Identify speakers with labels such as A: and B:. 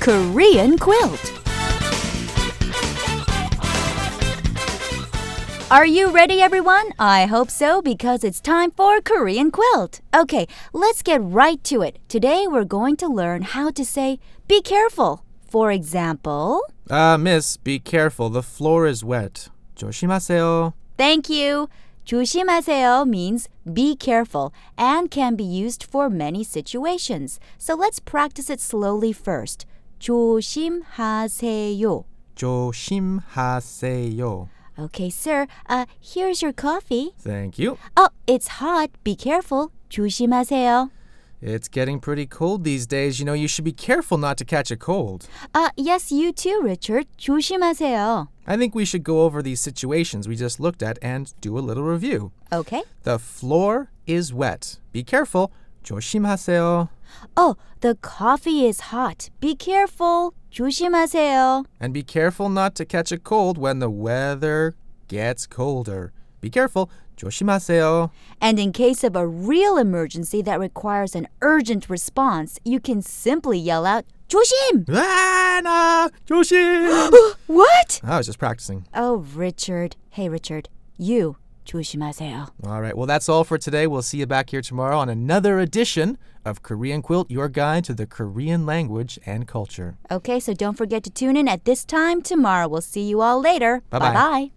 A: Korean quilt. Are you ready, everyone? I hope so because it's time for Korean quilt. Okay, let's get right to it. Today we're going to learn how to say be careful. For example,
B: Ah, miss, be careful. The floor is wet. 조심하세요.
A: Thank you. 조심하세요 means be careful and can be used for many situations. So let's practice it slowly first. 조심하세요.
B: 조심하세요.
A: Okay, sir. Uh, here's your coffee.
B: Thank you.
A: Oh, it's hot. Be careful. 조심하세요.
B: It's getting pretty cold these days. You know, you should be careful not to catch a cold.
A: Uh, yes, you too, Richard. 조심하세요.
B: I think we should go over these situations we just looked at and do a little review.
A: Okay.
B: The floor is wet. Be careful. 조심하세요.
A: Oh, the coffee is hot. Be careful. 조심하세요.
B: And be careful not to catch a cold when the weather gets colder. Be careful. 조심하세요.
A: And in case of a real emergency that requires an urgent response, you can simply yell out, 조심!
B: Anna! Ah, 조심!
A: what?
B: I was just practicing.
A: Oh, Richard. Hey, Richard. You, 조심하세요.
B: All right, well, that's all for today. We'll see you back here tomorrow on another edition of Korean Quilt, your guide to the Korean language and culture.
A: Okay, so don't forget to tune in at this time tomorrow. We'll see you all later.
B: Bye-bye.
A: Bye-bye.